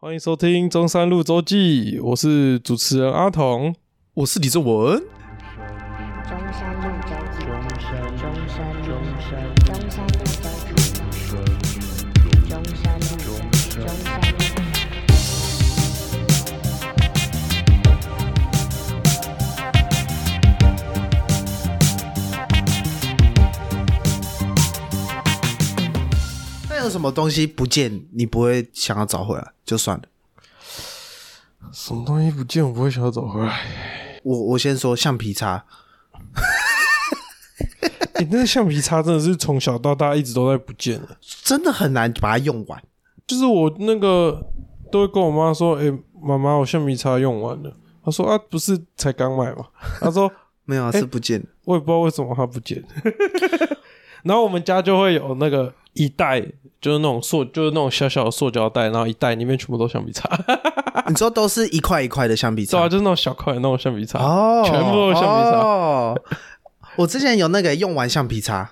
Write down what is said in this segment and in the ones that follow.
欢迎收听中山路周记，我是主持人阿童。我是李正文，中山路周记，中山路，中山路周记，中山路，中山路。那有什么东西不见，你不会想要找回来，就算了。什么东西不见，我不会想要找回来。我我先说橡皮擦，你、哎那个橡皮擦真的是从小到大一直都在不见了。真的很难把它用完。就是我那个都会跟我妈说：“哎、妈妈，我橡皮擦用完了。”她说：“啊，不是才刚买嘛。”她说没有啊，是不见的。：“我也不知道为什么它不见。” 然后我们家就会有那个一袋，就是那种塑，就是那种小小的塑胶袋，然后一袋里面全部都橡皮擦， 啊你说都是一块一块的橡皮对啊，擦就是那种小块的那种橡皮啊擦，哦，全部都是橡皮擦。哦，我之前有那个用完橡皮擦，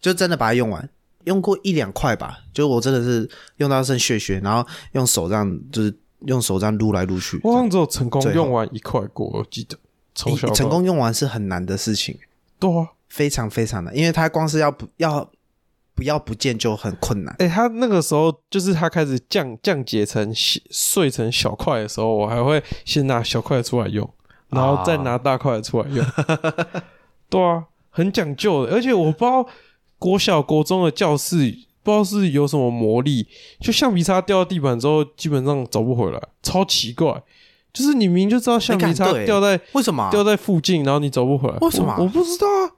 就真的把它用完，用过一两块吧。就我真的是用到剩血血，然后用手这样，就是用手这样撸来撸去。我好像只有成功最后用完一块过，我记得从小你到成功用完是很难的事情，对啊，非常非常难，因为它光是要不要不要不见就很困难。哎、他那个时候就是他开始降降解成细碎成小块的时候，我还会先拿小块的出来用，啊然后再拿大块的出 来用。对啊，很讲究的，而且我不知道国小国中的教室不知道是有什么魔力，就橡皮擦掉到地板之后，基本上找不回来，超奇怪。就是你明明就知道橡皮哎擦干对掉在为什么啊？掉在附近，然后你找不回来，为什么啊我我不知道啊。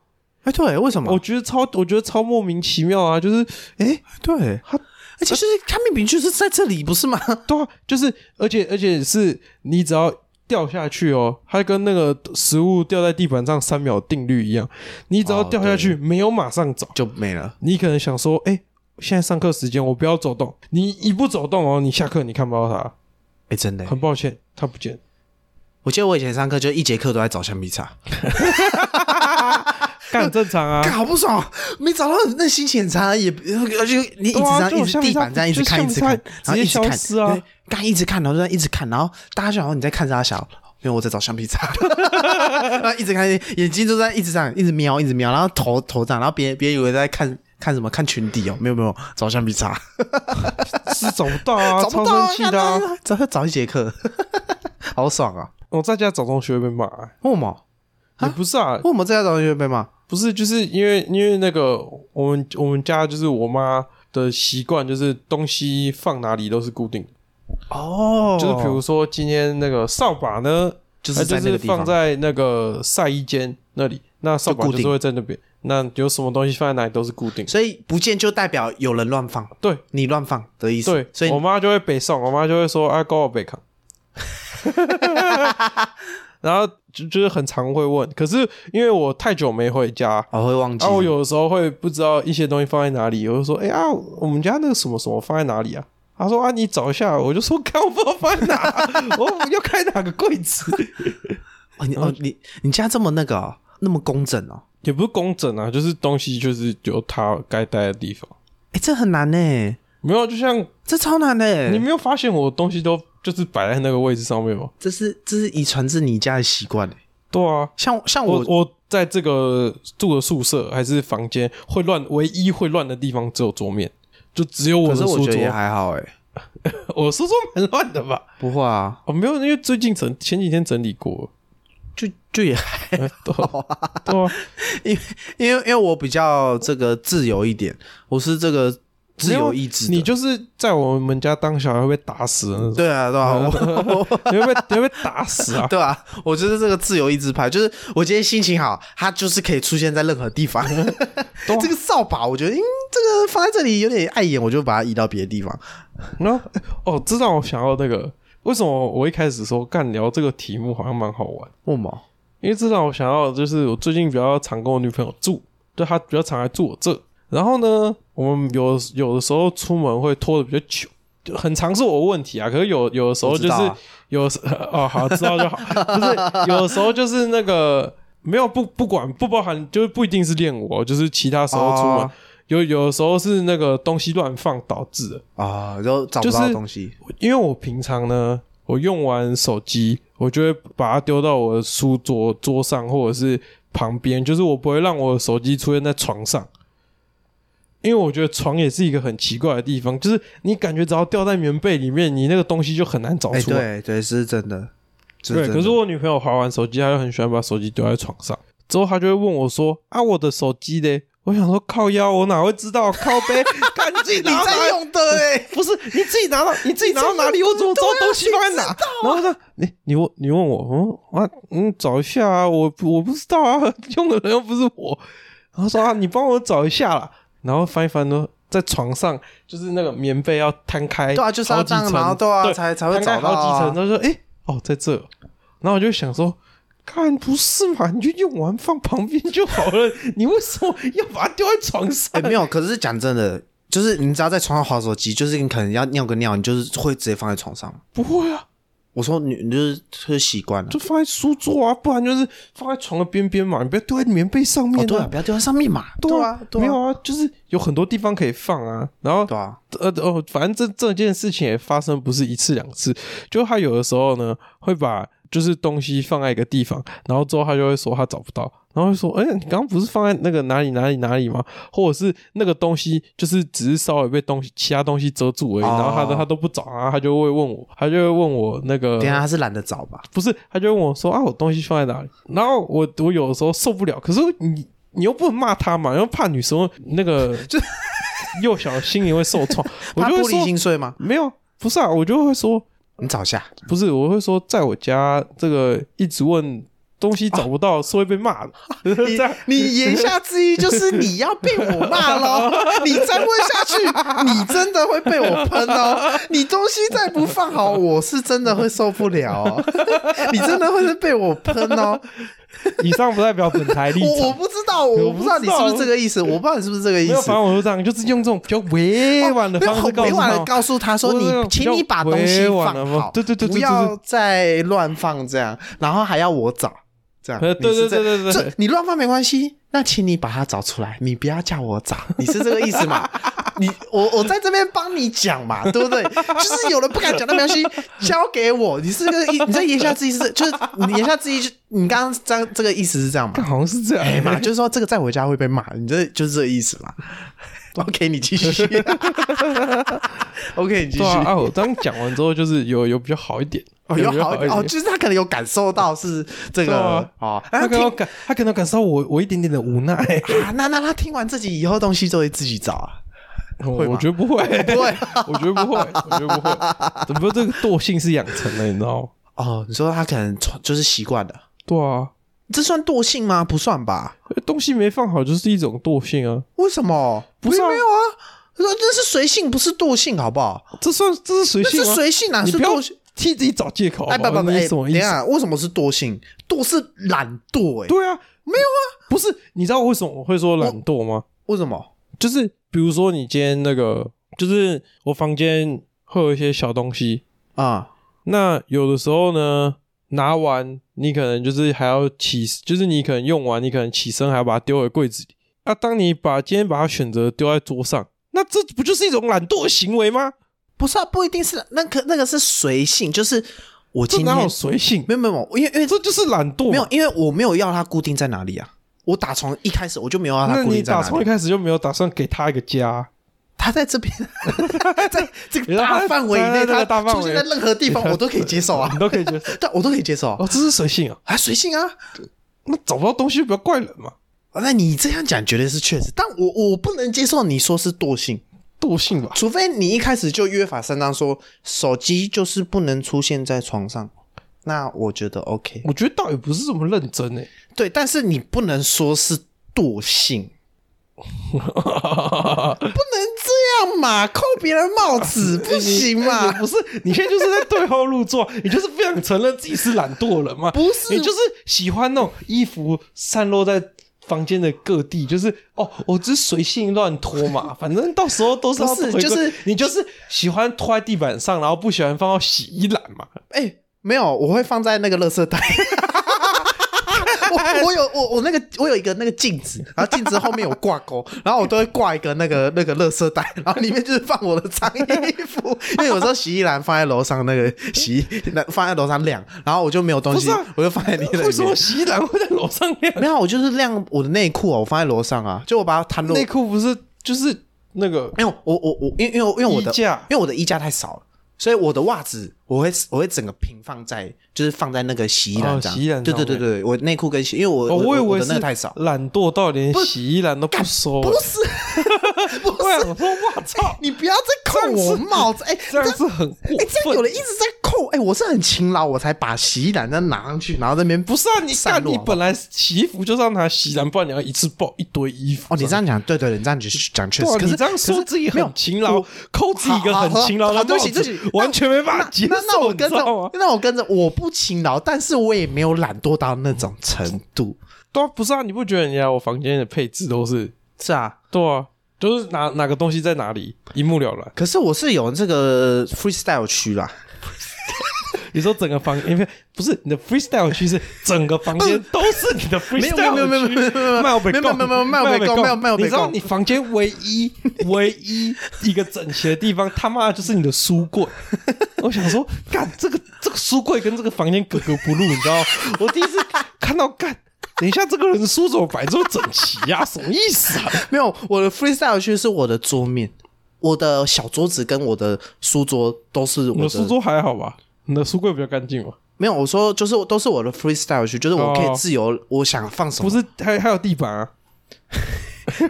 哎，对，为什么？我觉得超，我觉得超莫名其妙啊！就是，哎、对，他而且就是他明明就是在这里，不是吗？对啊，就是，而且而且是你只要掉下去哦，它跟那个食物掉在地板上三秒定律一样，你只要哦掉下去，没有马上找，就没了。你可能想说，哎、现在上课时间，我不要走动。你一不走动哦，你下课你看不到它，哎，真的，很抱歉，它不见。我记得我以前上课就一节课都在找橡皮擦，啊干很正常 啊，干好不爽，没找到那心情很差，也而且你一直对啊这样就有一直橡皮地擦板这样一直就看，橡一皮擦直看，然后一直直接看，消失啊对，干一直看，然后就这样一直看，然后大家就想说你在看啥小，因为我在找橡皮擦， 然后一直看，眼睛都在一直这样一直瞄，一直瞄，然后头头这样，然后别人别人以为在看看什么看群底哦，没有没有，找橡皮擦。是找不到啊，找超不到、生气的、啊。找找一节课， 好爽啊！我哦在家找同学会被骂、欸，为什么？也不是啊，为什么这家找同学被骂？不是，就是因为因为那个我们我们家就是我妈的习惯，就是东西放哪里都是固定的，哦就是比如说今天那个扫把呢，就是它在那是个地方放在那个晒衣间那里，那扫把就固就定是会在那边，那有什么东西放在哪里都是固定的。所以不见就代表有人乱放，对你乱放的意思。对，所以我妈就会北送，我妈就会说啊，跟我北 扛。 然后就就是很常会问，可是因为我太久没回家，哦我会忘记。啊，我有的时候会不知道一些东西放在哪里，我就说，哎、呀、啊，我们家那个什么什么放在哪里啊？他说啊，你找一下。我就说，看我不知道放在哪， 我要开哪个柜子？ 哦你嗯哦你你家这么那个哦、那么工整哦，也不是工整啊，就是东西就是有它该待的地方。哎、这很难呢，没有，就像这超难呢。你没有发现我的东西都就是摆在那个位置上面吗？这是这是遗传自你家的习惯欸对啊，像像我我我在这个住的宿舍还是房间会乱，唯一会乱的地方只有桌面，就只有我可是的我书觉得也桌。还好哎，我的书桌蛮乱的吧？不会啊，哦，没有，因为最近整前几天整理过了。 就就也还哎对啊对 啊，因为因为我比较这个自由一点，我是这个自啊由意志的。你就是在我们家当小孩会被打死的那种， 对 啊，对啊，我我你会被你会被打死啊！对啊，我就是这个自由意志派，就是我今天心情好，它就是可以出现在任何 地方。对啊这个扫把，我觉得，嗯，这个放在这里有点碍眼，我就把它移到别的地方。 然后哦，这让我想到那个，为什么我一开始说干聊这个题目好像蛮好玩？为什么？因为这让我想到，就是我最近比较常跟我女朋友住，就她比较常来住我这。然后呢，我们有有的时候出门会拖的比较久，就很常是我的问题啊。可是有有的时候就我知是道啊有的时 哦，好知道就好， 不是有的时候就是那个没有不不管不包含，就是不一定是练我，就是其他时候出门。哦有有的时候是那个东西乱放导致的。啊，然后找不就到是东西因为我平常呢，我用完手机，我就会把它丢到我的书桌桌上或者是旁边，就是我不会让我的手机出现在床上，因为我觉得床也是一个很奇怪的地方，就是你感觉只要掉在棉被里面，你那个东西就很难找哎，出来。对对，是真的，是对，真可是的我女朋友划完手机，她就很喜欢把手机丢在床上，之后她就会问我说：“啊，我的手机嘞？”我想说靠腰，我哪会知道？靠背， 赶紧你在用的哎， 不是你自己拿到，你自己拿到哪里？我怎么知道东西放在哪？啊然后说你你问你问我，嗯啊嗯，找一下啊，我不我不知道啊， 用的人又不是我。然后说啊，你帮我找一下啦。然后翻一翻呢，在床上就是那个棉被要摊开，对啊就是要好几层这样然后对啊才才会摊开找到啊好几层。他说哎、哦在这，然后我就想说。看，不是嘛？你就用完放旁边就好了。你为什么要把它丢在床上？ 哎没有，可是讲真的，就是你只要在床上划手机，就是你可能要尿个尿，你就是会直接放在床上。不会啊，我说你你就是就是习惯了就，放在书桌啊，不然就是放在床的边边嘛，你不要丢在棉被上面、哦对啊，不要丢在上面嘛，对啊，对没啊有啊，就是有很多地方可以放啊。然后对啊，呃哦，反正这这件事情也发生不是一次两次，就他有的时候呢会把就是东西放在一个地方，然后之后他就会说他找不到，然后会说哎、你刚刚不是放在那个哪里哪里哪里吗？或者是那个东西就是只是稍微被东西其他东西遮住而已，哦然后他的他都不找啊，他就会问我，他就会问我那个等一下他是懒得找吧？不是，他就问我说啊，我东西放在哪里？然后我我有的时候受不了，可是你你又不能骂他嘛，因为怕女生会那 个就幼小的心灵会受创，我他就会玻璃说心碎吗？没有，不是啊，我就会说你找一下，不是，我会说在我家这个一直问东西找不到是会被骂的，这样 你你言下之意就是你要被我 骂喽，你再问下去，你真的会被我喷哦。你东西再不放好，我是真的会受不 了、哦，你真的会是被我喷哦。以上不代表本台 立我我场。不知道，我不知道你是不是这个意思，我不知道你是不是这个意没有，思反。正我就这样，就是用这种比较委婉的哦没有方式很告委诉婉他的。告诉他说：“我你这种，请比你较把东西委婉放的方好，对对对对不对要再乱放这样，然后还要我找这样。呃对你是对这对对对这你乱放没关系，那请你把它找出来，你不要叫我找，你是这个意思吗？你我我在这边帮你讲嘛，对不对？就是有人不敢讲，那没关系，交给我。你是这个意，你这言下之意是，就是你言下之意就你刚刚这样这个意思是这样嘛？好像是这样，哎嘛，就是说这个在我家会被骂，你这就是这个意思嘛。OK，你继续。OK，你继续。对啊，啊，我刚讲完之后，就是有有比较好一点，哦，有比较好一点哦，就是他可能有感受到是这对个啊哦，他那可听能感他可能感受到我我一点点的 无奈，啊，那那他听完自己以后东西就会自己找啊，我吗我觉得不会， 不会 我觉得不会，我觉得不会，怎么这个惰性是养成的，你知道吗？哦，你说他可能从就是习惯了，对啊，这算惰性吗？不算吧？哎东西没放好就是一种惰性啊，为什么？不是啊没有啊，那那是随性，不是惰性，好不好？这算这是随那性是吗？随性啊，你是不要惰性。替自己找借口，哎，好不不不，你哎，什么等意一思？下，为什么是惰性？惰是懒惰，哎，对啊，没有啊，不是，你知道为什么我会说懒惰吗？为什么？就是比如说你今天那个，就是我房间会有一些小东西，啊、那有的时候呢，拿完你可能就是还要起，就是你可能用完，你可能起身还要把它丢回柜子里。那、当你把今天把它选择丢在桌上，那这不就是一种懒惰的行为 吗？不是啊，不一定是那可那个是随性，就是我这今天哪有随性？没有没有，没有因为因为这就是懒惰嘛。没有，因为我没有要它固定在哪里啊。我打从一开始我就没有要它那固你定在打哪从一里，开始就没有打算给他一个家、它在这边， 在 这个大范围在内，这个大它范围出现在任何 地方我都可以接受啊你，都可以接受。对，我都可以接受啊哦，这是随性啊！啊，随性啊。那找不到东西就不要怪人嘛，啊那你这样讲绝对是确实，但我我不能接受你说是惰性，惰性吧。除非你一开始就约法三章说手机就是不能出现在床上，那我觉得 OK。我觉得倒也不是这么认真欸 诶、对，但是你不能说是惰性，不能这样嘛，扣别人帽 子不行嘛哎也？不是，你现在就是在对号入座， 你就是不想承认自己是懒惰人嘛？不是你就是喜欢那种衣服散落在房间的各地，就是哦，我只是随性乱脱 嘛，反正到时候都是要不是回归就是你就是喜欢拖在地板上，然后不喜欢放 到洗衣篮嘛？ 哎、没有，我会放在那个垃圾袋。我我有我我那个我有一个那个镜子，然后镜子后面有挂钩，然后我都会挂一个那个那个垃圾袋，然后里面就是放我的脏衣 服，因为有时候洗衣篮放在楼上那个洗衣那放在楼上晾，然后我就没有东不西，是啊我就放在哎你的 为里什么面。洗衣篮会在楼上晾？ 没有，我就是晾我的内裤啊，我放在楼上啊，就我把它摊落。内裤不是就是那个因为我我我因为因为因为我的衣架因为我的衣架太少了，所以我的袜子我会我会整个平放在就是放在那个洗衣篮哦上。洗衣篮对上对对对，我内裤跟洗，因为我、哦，我以为的那是个太少。懒惰到连洗衣篮都不收。不是，不我是，想说，我操，你不要再扣我帽子，哎、这样是很哎、过 这样有分。人一直在扣，哎、我是很勤劳，我才把洗衣篮再拿上去，然后这边不是啊，你散干落你好不好本来洗衣服就是要拿洗衣篮，不然你要一次抱一堆衣服。哦，你这样讲，对对，对你这样讲讲确哇实，可啊你是这样说自己很勤劳，扣自己一个好好很勤劳的好对帽不起对子不起，完全没办法接受那。那我跟你知道吗着，那我跟着，我不勤劳，但是我也没有懒惰到那种程度。对啊，不是啊，你不觉得人家我房间的配置都是是啊，对啊，就是哪哪个东西在哪里一目了然。可是我是有这个 freestyle 区啦， 你说整个房，因为不是你的 freestyle 区是整个房间都是你的 freestyle 没有没有没有没有没有没有卖我北没有没有没有没有没有没有没有没有你知道没有你房间唯一唯一一个整齐的地方，他妈的就是你的书柜。我想说，干这个这个书柜跟这个房间格格不入，你知道吗？我第一次看到干。等一下，这个人书怎么摆这么整齐呀、什么意思啊？没有我的 freestyle 区是我的桌面，我的小桌子跟我的书桌都是你我的的书桌还好吧？你的书柜比较干净吧？没有，我说就是我都是我的 freestyle 区，就是我可以哦自由，我想放什不么。是，还还有地板啊？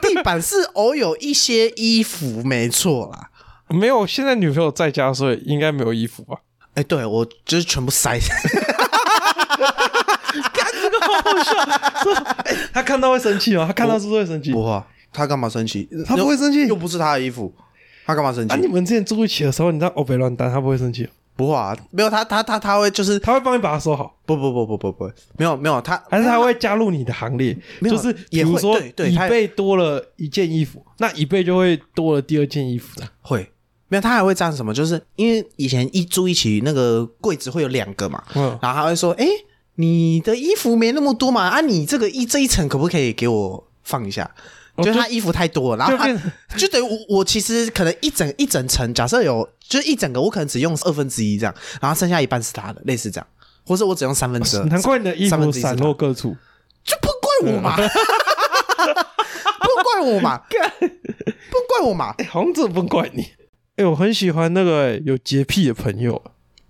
地板是偶有一些衣服，没错啦。没有，现在女朋友在家，所以应该没有衣服吧？哎，对我就是全部塞。 他看到会生气吗？他看到是不是会生气？不会啊，他干嘛生气？他不会生气又不是他的衣服，他干嘛生啊，你气？们之前住一起的时候，你知道欧北乱单，他不会生气，不会啊，没有他，他他他会就是他会帮你把它收好，不不不不不不，没有没有他，还是他会加入你的行列？没有就是比也会如说对对椅他也背多了一件衣服，那椅背就会多了第二件衣服的。会。没有，他还会这样什么？就是因为以前一住一起，那个柜子会有两个嘛，嗯然后他会说：“哎、你的衣服没那么多嘛，啊，你这个一这一层可不可以给我放一下？”哦就是就他衣服太多了，然后就变他就等于我我其实可能一整一整层，假设有就是一整个，我可能只用二分之一这样，然后剩下一半是他的，类似这样，或者我只用三分之二。嗯难怪你的衣三分服之一是他散落各处， 就不怪 我嘛，不怪我嘛，不怪我嘛，哎，好像这不怪你。哎，我很喜欢那个哎有洁癖的朋友。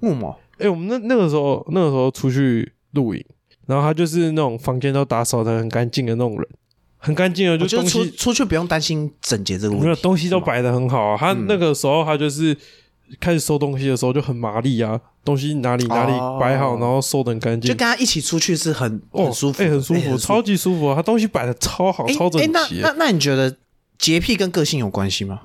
木毛哎，我们那那个时候那个时候出去露营，然后他就是那种房间都打扫的很干净的那种人，很干净的，我就觉得东出西出去不用担心整洁这个没问有题，东西都摆的很好啊。他那个时候他就是开始收东西的时候就很麻利啊，东西哪里哪哦里摆好，然后收的很干就净跟，他一起出去是很哦，很舒服的，哎，很舒哎服，超级舒服啊。他东西摆的超好，哎超整哎那齐啊那。那你觉得洁癖跟个性有关系吗？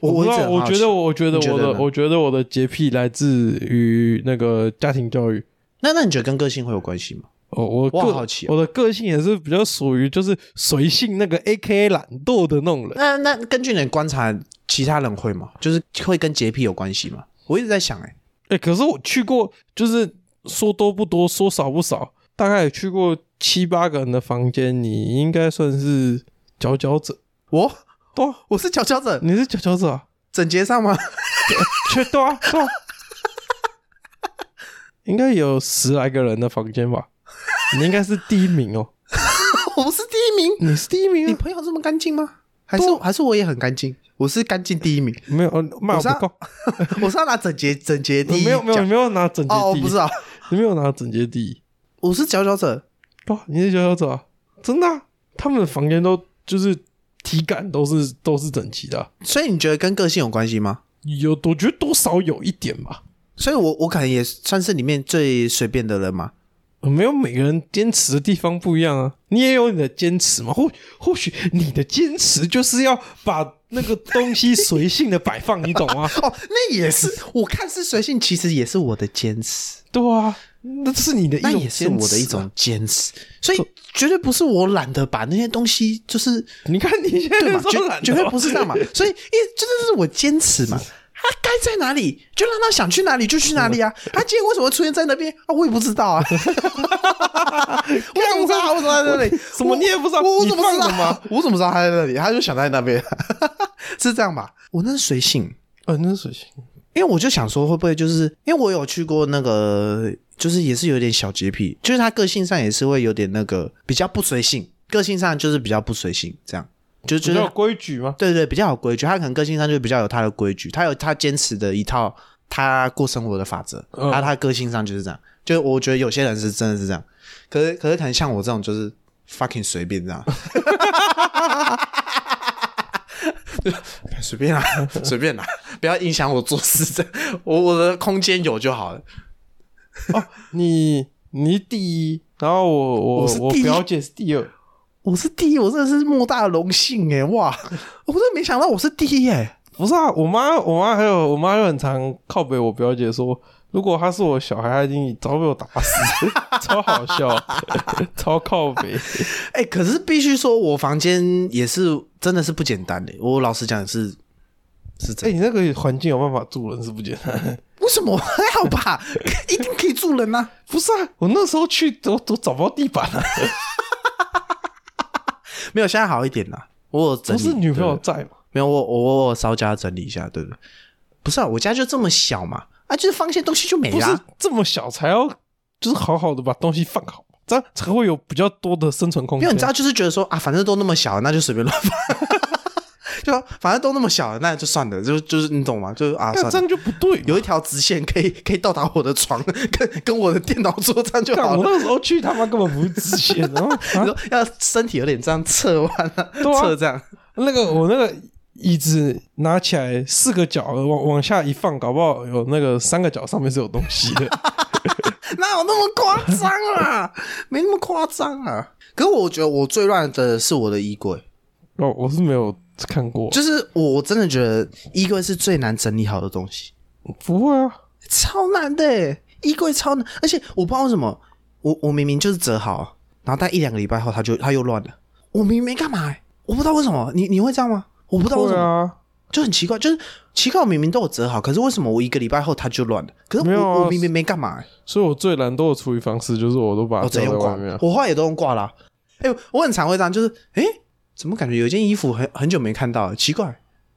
我不我知一直道，很我好觉奇得，我觉得你觉我得的，呢我觉得我的洁癖来自于那个家庭教育。那那你觉得跟个性会有关系吗？哦，我我个好奇哦我的个性也是比较属于就是随性那个 A K A 懒惰的那种人。那那根据你的观察，其他人会吗？就是会跟洁癖有关系吗？我一直在想、哎，哎、可是我去过，就是说多不多，说少不少，大概也去过七八个人的房间，你应该算是佼佼者。我对、啊，我是佼佼者，你是佼佼者、啊，整洁上吗？ 确对啊，对啊，应该有十来个人的房间吧。你应该是第一名哦，我不是第一名，你是第一名、你啊，朋友这么干净吗？还是还是我也很干净？我是干净第 一名，没有，呃骂我我是要啊不够，我是要拿整洁整洁第一没有没有奖没有拿整洁哦，我第一，不知道，你没有拿整洁第一，我是佼佼者，对啊、你是佼佼者、啊，真的啊、他们的房间都就是体感都是都是整齐的啊、所以你觉得跟个性有关系吗？有，我觉得多少有一点吧。所以我我可能也算是里面最随便的人嘛。没有每个人坚持的地方不一样啊，你也有你的坚持嘛。或或许你的坚持就是要把那个东西随性的摆放，你懂 吗？哦，那也是，我看似随性，其实也是我的 坚持，对啊，那是你的一那种、啊也是我的一种。坚持，所以绝对不是我懒得把那些东西就是 你看你现对在嘛，就懒得哦绝绝对不是这样嘛，所以因为这就是我坚持嘛。他该在哪里就让他想去哪里就去哪里 啊！他今天为什么会出现在那边啊？我也不知道啊！我也不知道他为什么在那 里？什么我你也不知道我我你怎么知放的吗道？我怎么知道他在那里？他就想在那边， 是这样吧？我那是随性，呃，那是水星，因为我就想说，会不会就是因为我有去过那个，就是也是有点小洁癖，就是他个性上也是会有点那个比较不随性，个性上就是比较不随性，这样就比就是较有规矩吗？对对，比较有规矩，他可能个性上就比较有他的规矩，他有他坚持的一套他过生活的法则，嗯他他个性上就是这样。就我觉得有些人是真的是这样，可是可是可能像我这种就是 fucking 随便这样，随便啦，啊随便啦，不要影响我做事这样我我的空间有就好了。你你第一，然后我我我是第一表姐是第二，我是第一，我真的是莫大的荣幸哎！哇，我真的没想到我是第一哎！不是啊，我妈我妈还有我妈就很常靠北我表姐说。如果她是我小孩，她一定早被我打死， 超好笑，超靠北。哎、可是必须说，我房间也是真的是不简单的。我老实讲是是这哎、样，你那个环境有办法住人是不简单。为什么 还好吧？一定可以住人呐、 不是啊，我那时候去都都找不到地板了、啊没有，现在好一点啦。我有整不理是女朋友对在嘛？没有，我我我我稍加整理一下，对不对？不是啊，我家就这么小嘛，啊，就是放一些东西就没不啦、是这么小才要，就是好好的把东西放好，这样才会有比较多的生存空没间。有，你知道，就是觉得说啊，反正都那么小，那就随便乱放。 就说反正都那么小了，那就算了，就就是你懂吗？就是啊，干算这了，样就不对。有一条直线可以可以到达我的床，跟跟我的电脑桌这样就干好我了。那时候去他妈根本不是直线，然 后、你啊、说要身体有点这样侧弯啊，对啊侧这样，那个我那个椅子拿起来四个角往往下一放，搞不好有那个三个角上面是有东西 的。哪有那么夸张 啊？没那么夸张啊。可是我觉得我最乱的是我的衣柜，哦，我是没有看过，就是我真的觉得衣柜是最难整理好的东西，不会啊，超难的欸，衣柜超难，而且我不知道为什么，我我明明就是折好，然后待一两个礼拜后它就它又乱了，我明明没干嘛欸、我不知道为什么，你你会这样吗？我不知道为对什么，啊，就很奇怪，就是奇怪，我明明都有折好，可是为什么我一个礼拜后它就乱了？可是没我、有啊我明明没干嘛欸、所以我最懒惰的处理方式就是我都把它我直接丢在用哦挂外面啊，。我后来也都用挂啦、哎、我很常会这样，就是哎、怎么感觉有一件衣服很很久没看到了，奇怪，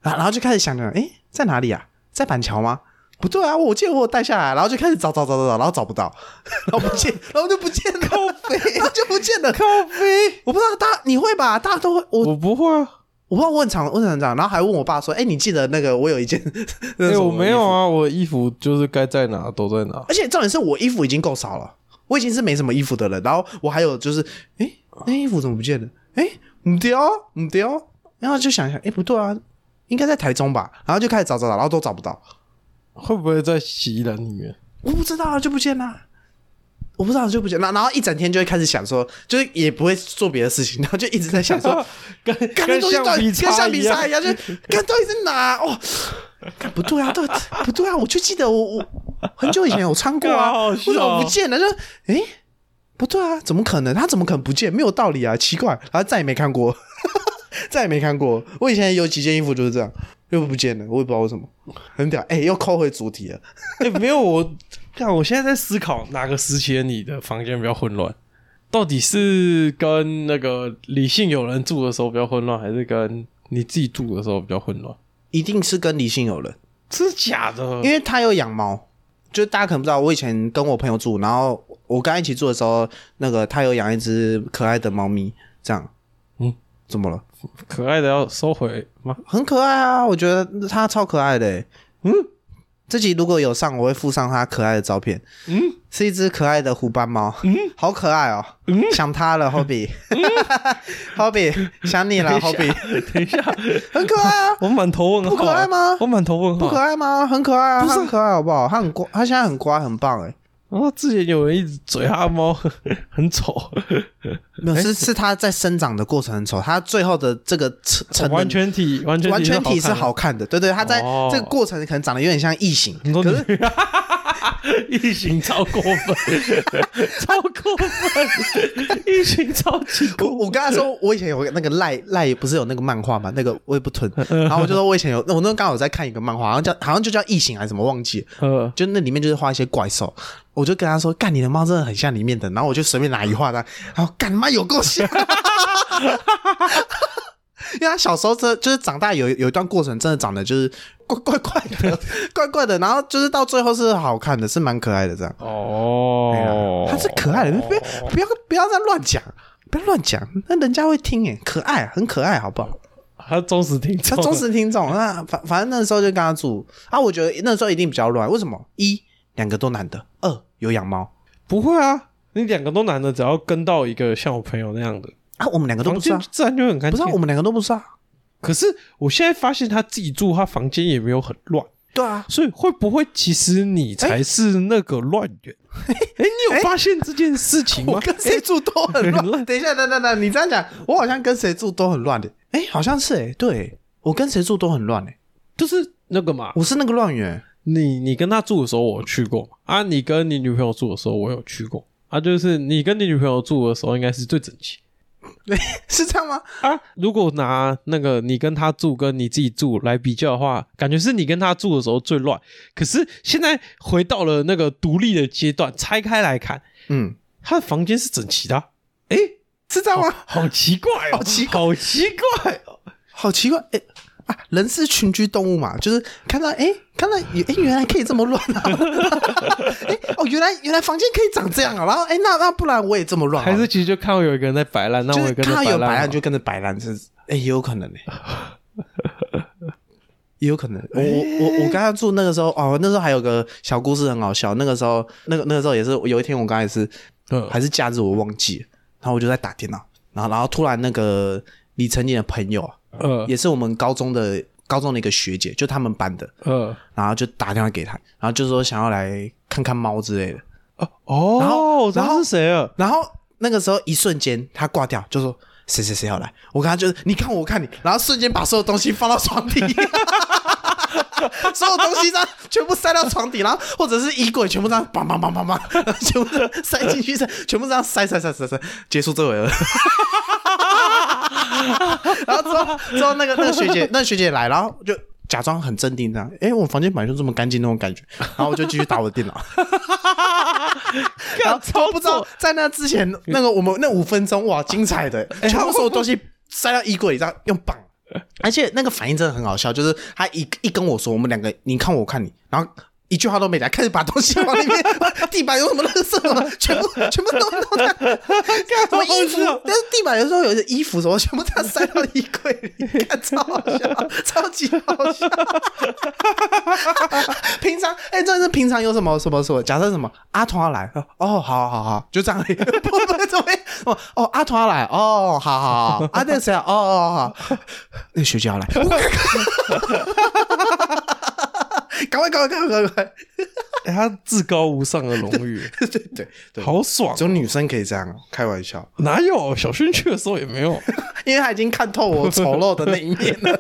然后然后就开始想着，哎、在哪里啊？在板桥吗？不对啊，我记得我有带下来，然后就开始找找找找找，然后找不到， 然后不见，然后就不见了，靠飞，然后就不见了，靠飞。我不知道大家你会吧？大家都会，我我不会啊，我不知道我很常我很常这样，然后还问我爸说，哎、你记得那个我有一件 那哎、个什么衣服，我没有啊，我衣服就是该在哪都在哪。而且重点是我衣服已经够少了，我已经是没什么衣服的人。然后我还有就是，哎、那衣服怎么不见了？哎、唔对哦，唔对哦。然后就想一想，哎、不对啊，应该在台中吧？然后就开始找找找，然后都找不到，会不会在洗衣篮里面？我不知道啊，就不见啦。我不知道就不见，然后然后一整天就会开始想说，就是也不会做别的事情，然后就一直在想说，跟干那东西到底跟橡皮擦一样，样，就是干到底在哪？哦，干不对啊，对不对啊？我就记得我我很久以前有穿过干 啊，好我笑怎么不见了？就诶，不对啊，怎么可能？他怎么可能不见？没有道理啊，奇怪！然后再也没看过， 再也没看过。我以前有几件衣服就是这样，又不见了，我也不知道为什么，很屌。哎、又扣回主题了。 哎、没有我，看我现在在思考哪个时期的你的房间比较混乱，到底是跟那个理性有人住的时候比较混乱，还是跟你自己住的时候比较混乱？一定是跟理性有人，真的假的因？为他有养猫，就大家可能不知道，我以前跟我朋友住，然后我跟他一起住的时候，那个他有养一只可爱的猫咪，这样，嗯，怎么了？可爱的要收回吗？很可爱啊，我觉得它超可爱的、欸，嗯，这集如果有上，我会附上它可爱的照片，嗯，是一只可爱的虎斑猫，嗯，好可爱哦、嗯想它了，Hobby，Hobby，想你了，Hobby，等一下，很可爱啊， 我满头问号、啊，不可爱吗我满头问号，不可。爱吗？很可爱啊，不是它很可爱好不好？它很乖，它现在很乖，很棒哎、然后哦之前有人一直嘴他猫 很丑，没有，哎是是它在生长的过程很丑，它最后的这个成成人哦完全体完全完全体体是好看的，对对，它在哦这个过程可能长得有点像异形，你说可是你疫情超过 分，超过 分，疫情超级我过我跟他说，我以前有那个赖赖，不是有那个漫画嘛？那个我也不囤，嗯然后我就说我以前有，我那时候刚好有在看一个漫画，好像叫好像就叫《异形》还是什么，忘记了。呃，就那里面就是画一些怪兽，我就跟他说：“干，你的猫真的很像里面的。”然后我就随便拿一画他，然后干妈有够 像，因为他小时候真的就是长大有有一段过程，真的长得就是怪怪怪 的，怪怪的，然后就是到最后是好看的，是蛮可爱的这样。哎哦，他是可爱的，不要不要不要再乱讲，不要乱讲，那人家会听诶，可爱，啊很可爱，好不好？他忠实 听他众，忠实听众，那反反正那时候就跟他住啊，我觉得那时候一定比较乱，为什么？一两个都男的，二有养猫。不会啊。你两个都男的，只要跟到一个像我朋友那样的，啊，我们两个都房不是间啊，自然就很干不是净啊，啊。我们两个都不是啊。可是我现在发现他自己住，他房间也没有很乱，对啊，所以会不会其实你才是那个乱源？ 哎、你有发现这件事情吗？哎我跟谁住都很很乱哎 乱。等一下，等等等，你这样讲，我好像跟谁住都很乱的。哎，好像是哎，对我跟谁住都很乱哎，就是那个嘛，我是那个乱源。 你你跟他住的时候我去过嘛啊，你跟你女朋友住的时候我有去过啊，就是你跟你女朋友住的时候应该是最整齐是这样吗？啊。如果拿那个你跟他住跟你自己住来比较的话，感觉是你跟他住的时候最乱，可是现在回到了那个独立的阶段，拆开来看，嗯，他的房间是整齐的啊、哎，是这样吗？好奇怪哦，好奇怪好奇怪哦。好奇怪，哎啊，人是群居动物嘛，就是看到哎，看到哎，诶原来可以这么乱啊！ 哎哦，原来原来房间可以长这样啊！然后哎，那那不然我也这么乱好了，还是其实就看到有一个人在摆烂，那就我是也跟着看到有烂白嘛烂就跟着白烂，是哎、也有可能呢、 也有可能。我我我我刚刚住那个时候哦，那时候还有个小故事很好笑。那个时候，那个那个时候也是有一天，我刚才是嗯还是假日，我忘记了，然后我就在打电脑，然后然后突然那个李晨念的朋友，啊呃也是我们高中的高中的一个学姐，就他们班的，呃然后就打电话给他，然后就说想要来看看猫之类的。哦，然后我知道然后是谁啊了？然后那个时候一瞬间他挂掉，就说谁谁谁要来，我跟他就是你看我我看你，然后瞬间把所有东西放到床底。 所有东西这样全部塞到床底，然后或者是衣柜全部这样梆梆梆梆梆，然后全部这样塞进去，塞全部这样塞塞塞塞塞，结束这回合。然后之后之后那个那个学姐那个学姐来，然后就假装很镇定这样，哎，我房间本来就这么干净那种感觉，然后我就继续打我的电脑。然后都不知道在那之前，那个我们那五分钟哇，精彩的，全部所有东西塞到衣柜里，这样用绑。而且那个反应真的很好笑，就是他一一跟我说，我们两个你看我，我看你，然后一句话都没讲，开始把东西往里面， 地板有什么垃圾什么，全部全部都弄在， 什么衣服好好笑，但是地板有时候有些衣服什么，全部他塞到衣柜里，看超好笑，超级好 笑。平常哎、真的是平常有什么什么什么？假设什么阿童要来哦，好好好好，就这样而 已，不不怎么会哦哦阿童要来哦，好好好，啊那个谁啊哦哦 好，那个学姐要来， 赶快赶快赶快赶快，哎他至高无上的荣誉，对对对 对，好爽只！有女生可以这样，开玩笑，哪有小勋去的时候也没有， 因为她已经看透我丑陋的那一面了，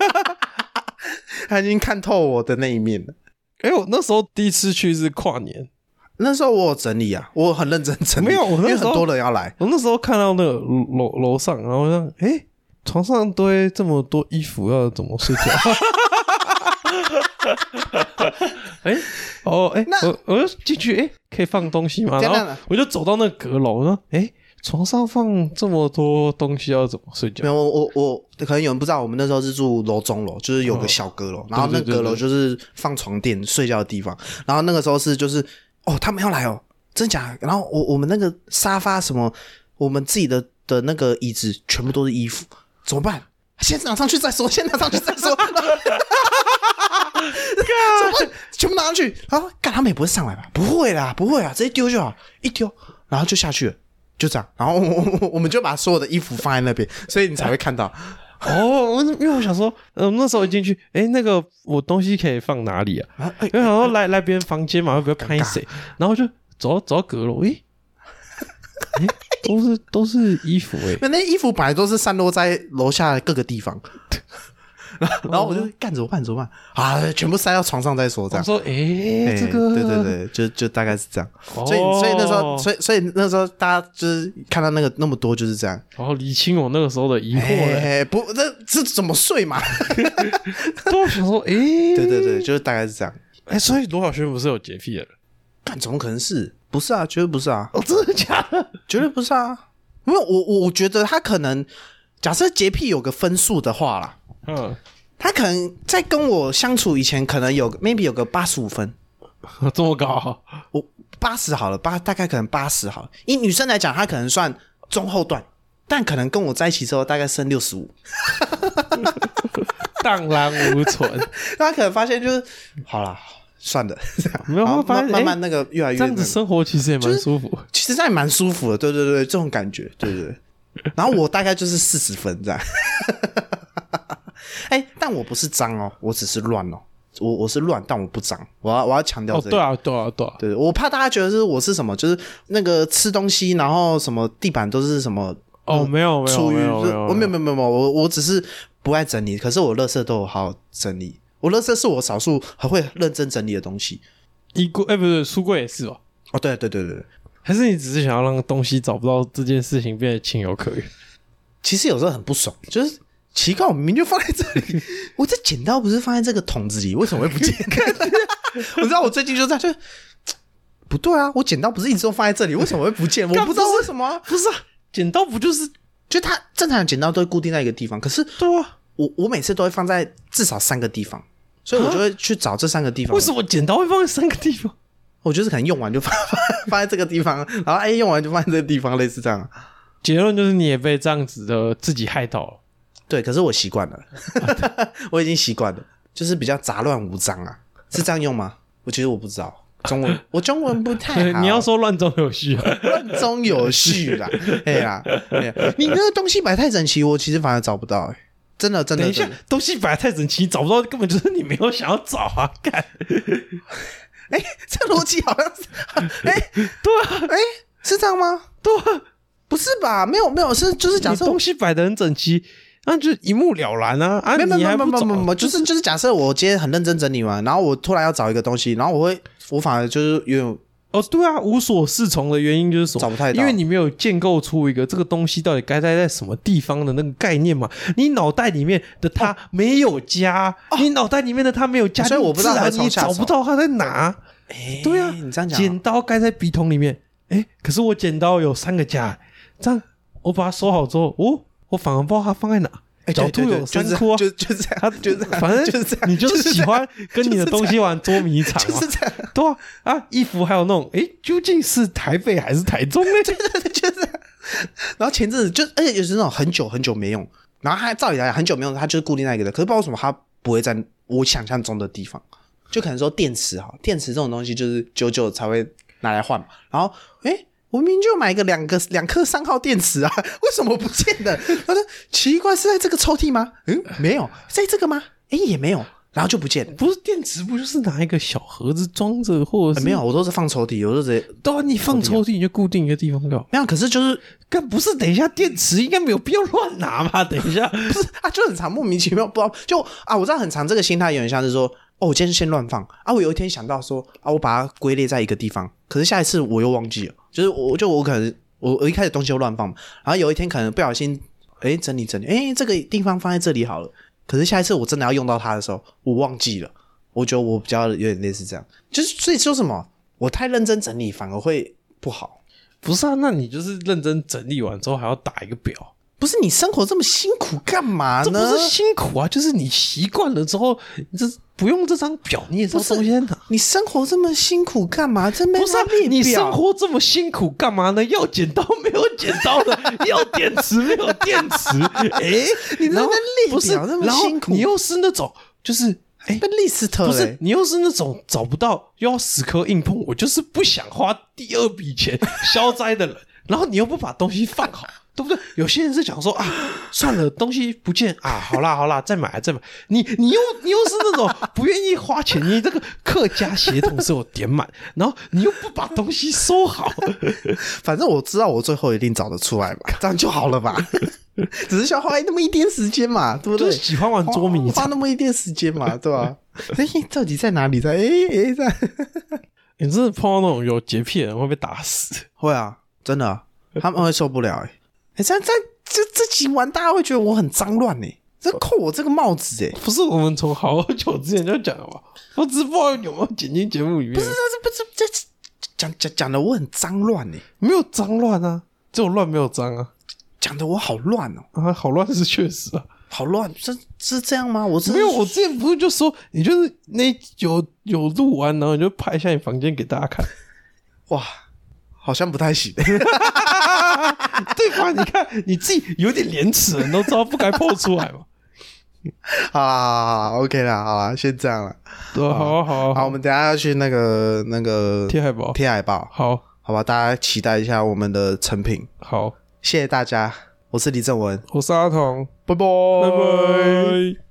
她已经看透我的那一面了。哎，我那时候第一次去是跨年，那时候我有整理啊，我很认真整理，没有我因那为时候很多人要来，我那时候看到那个楼楼楼上，然后我想，哎，床上堆这么多衣服，要怎么睡觉？ 哎、哦，哎、那我我就进去，哎、可以放东西吗？等然等后我就走到那个阁楼，我说，哎、床上放这么多东西，要怎么睡觉没？有，我我我可能有人不知道，我们那时候是住楼中楼，就是有个小阁楼，然后那对对对阁楼就是放床垫睡觉的地方。然后那个时候是就是哦，他们要来哦，真假？然后我我们那个沙发什么，我们自己的的那个椅子全部都是衣服，怎么办？先拿上去再说，先拿上去再说。怎么办全部拿上去？然后干他们也不会上来吧？不会啦，不会啊，直接丢就好，一丢然后就下去了，就这样。然后我我我我们就把所有的衣服放在那边，所以你才会看到。哦，我因为我想说，嗯，那时候一进去，哎、那个我东西可以放哪里啊？啊哎因为想说来来别人房间嘛，会不会拍谁？然后就走到走到阁楼，诶、 诶都是都是衣服诶、 那那衣服本来都是散落在楼下各个地方，然后然后我就干怎么办怎么办啊，全部塞到床上再说这我样。说，诶，哎这个，对对，对，就就大概是这样，哦 所以所以那时候，所以所以那时候大家就是看到那个那么多就是这样，然后理清我那个时候的疑惑了，哎、不，这这怎么睡嘛？都想说，诶， 对对对，，就是大概是这样。哎，所以罗小轩不是有洁癖的人？干，怎么可能是？不是啊，绝对不是啊，哦，真的假的？绝对不是啊。因为我我我觉得他可能，假设洁癖有个分数的话啦，嗯， 他可能在跟我相处以前，可能有 maybe 有个八十五分，这么高，我八十好了，八大概可能八十好了。以女生来讲，她可能算中后段，但可能跟我在一起之后，大概剩六十五。荡然无 存，她可能发现就是好啦，算了，这样没有然后会发现慢慢慢哎那个越来越这样那子个生活其实也蛮舒服。其实那也蛮舒服的，对对对，这种感觉，对对对。然后我大概就是四十分这样。 哎、但我不是脏哦，我只是乱哦，我我是乱，但我不脏。我要我要强调哦，这对个。啊，对啊，对啊，对，我怕大家觉得是我是什么，就是那个吃东西，然后什么地板都是什么哦，没有，没有，出于没有，就是哦我没有有，没有没有没有，我我只是不爱整理，可是我垃圾都有好好整理，我垃圾是我少数还会认真整理的东西。衣柜，哎，不是书柜也是吧？哦，对对对对对，还是你只是想要让东西找不到这件事情变得情有可原？其实有时候很不爽，就是奇怪，我明明就放在这里， 我这剪刀不是放在这个桶子里，为什么会不见？ 我知道我最近就在就不对啊，我剪刀不是一直都放在这里，为什么会不见？我干不知道不是为什么、啊，不是啊，剪刀不就是就它正常的剪刀都会固定在一个地方，可是对啊？我我每次都会放在至少三个地方，所以我就会去找这三个地方。啊为什么？么剪刀会放在三个地方？我就是可能用完就放 放在这个地方，然后哎、用完就放在这个地方，类似这样。结论就是你也被这样子的自己害到了。对，可是我习惯了，啊 我已经习惯了，就是比较杂乱无章啊，是这样用吗？我其实我不知道中文，我中文不太对，好。你要说乱中有序啊，乱中有序啦，哎呀，哎呀，你那个东西摆太整齐，我其实反而找不到、欸，真的真的。 等一下真的，东西摆得太整齐，找不到，根本就是你没有想要找啊！ 干，哎、这逻辑好像是，哎、 对啊，哎、是这样吗？对啊，不是吧？没有没有，是就是假你设我东西摆的很整齐，那就一目了然啊！啊，没有没你还有没有不没有找没有没有，就是就是假设我今天很认真整理完，然后我突然要找一个东西，然后我会我反而就是有点哦，对啊，无所适从的原因就是什么？找不太到因为你没有建构出一个这个东西到底该待在什么地方的那个概念嘛。你脑袋里面的它没有家，你脑袋里面的它没有家，哦啊所以我不知道你自然它从你下手找不到它在哪。哎对啊，你这样讲剪刀盖在笔筒里面，哎，可是我剪刀有三个家，这样我把它收好之后，哦，我反而不知道它放在哪。哎狡兔对对有对就三是窟啊，就就这它样， 就这样，反正就是这样，你就是喜欢跟你的东西玩捉迷藏就嘛是。这样， 对啊，啊，衣服还有那种，哎，究竟是台北还是台中呢？ 就是这样，就是这样。然后前阵子就而且就是那呃种很久很久没用，然后它照理来讲很久没用，它就是固定在一个的，可是不知道为什么它不会在我想象中的地方，就可能说电池哈，电池这种东西就是久久才会拿来换嘛，然后哎。诶我明明就买一个两个两颗三号电池啊，为什么不见了？他说奇怪是在这个抽屉吗？嗯，没有，在这个吗？哎、也没有，然后就不见了。不是电池，不就是拿一个小盒子装着，或者呃是没有，？我都是放抽屉，我都直接对啊，你放抽屉你就固定一个地方就好。没有。可是就是但不是，等一下电池应该没有必要乱拿吧？ 等一下，不是 啊，就很常莫名其妙，不知道就啊，我知道很常这个心态有点像是说，哦，我今天先乱放啊，我有一天想到说啊，我把它归类在一个地方，可是下一次我又忘记了，就是我就我可能我我一开始东西都乱放嘛，然后有一天可能不小心哎整理整理，哎这个地方放在这里好了，可是下一次我真的要用到它的时候，我忘记了，我觉得我比较有点类似这样，就是所以说什么，我太认真整理反而会不好。不是啊，那你就是认真整理完之后还要打一个表，不是你生活这么辛苦干嘛呢？这不是辛苦啊，就是你习惯了之后，你这不用这张表，你也知道不是东西在哪。你生活这么辛苦干嘛？真没不是、啊法列、表你生活这么辛苦干嘛呢？要剪刀没有剪刀的， 要电池没有电池。哎、你在那边然后列表不是，那么然后辛苦你又是那种就是哎。被累死特不嘞、是你又是那种找不到又要死磕硬碰，我就是不想花第二笔钱消灾的人，然后你又不把东西放好，对不对？有些人是讲说啊， 算了，东西不见啊，好啦好啦，再买啊再买。你你又你又是那种不愿意花钱，你这个客家协同是有点满，然后你又不把东西收好， 反正我知道我最后一定找得出来嘛，这样就好了吧？只是想花那么一点时间嘛，对不就对哦是？喜欢玩捉迷花 藏。花那么一点时 间嘛，对吧、哎、到底在哪里在？哎哎，在 你真的碰到那种有洁癖的人会被打死。会啊，真的啊，他们会受不了哎、哎，这样这样这这集完，大家会觉得我很脏乱哎，这扣我这个帽子哎，不是我们从好久之前就讲了吧？我只是不知道有没有剪进节目里面。不是这这不这这讲讲讲的我很脏乱哎，没有脏乱啊，只有乱没有脏啊。讲的我好乱哦，啊，好乱是确实啊。好乱，这是这样吗？我真没的有，我之前不是就说你就是那有有录完，然后你就拍一下你房间给大家看。哇，好像不太行。 对吧？你看你自己有点廉耻，你都知道不该破出来嘛。好啦好啦好啦，OK 啦，好啦，先这样了。对啊，好啊好啊好，好我啊，们等一下要去那个那个贴海报，哦贴海报，好好吧？大家期待一下我们的成品。好，谢谢大家，我是李正文，我是阿童，拜拜拜拜。